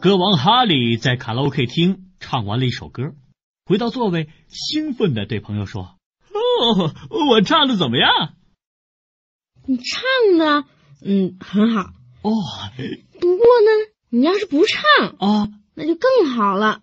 歌王哈利在卡拉 OK 厅唱完了一首歌，回到座位，兴奋的对朋友说：“哦，我唱的怎么样你唱的，嗯，很好。？”哦不过呢，你要是不唱，啊，那就更好了。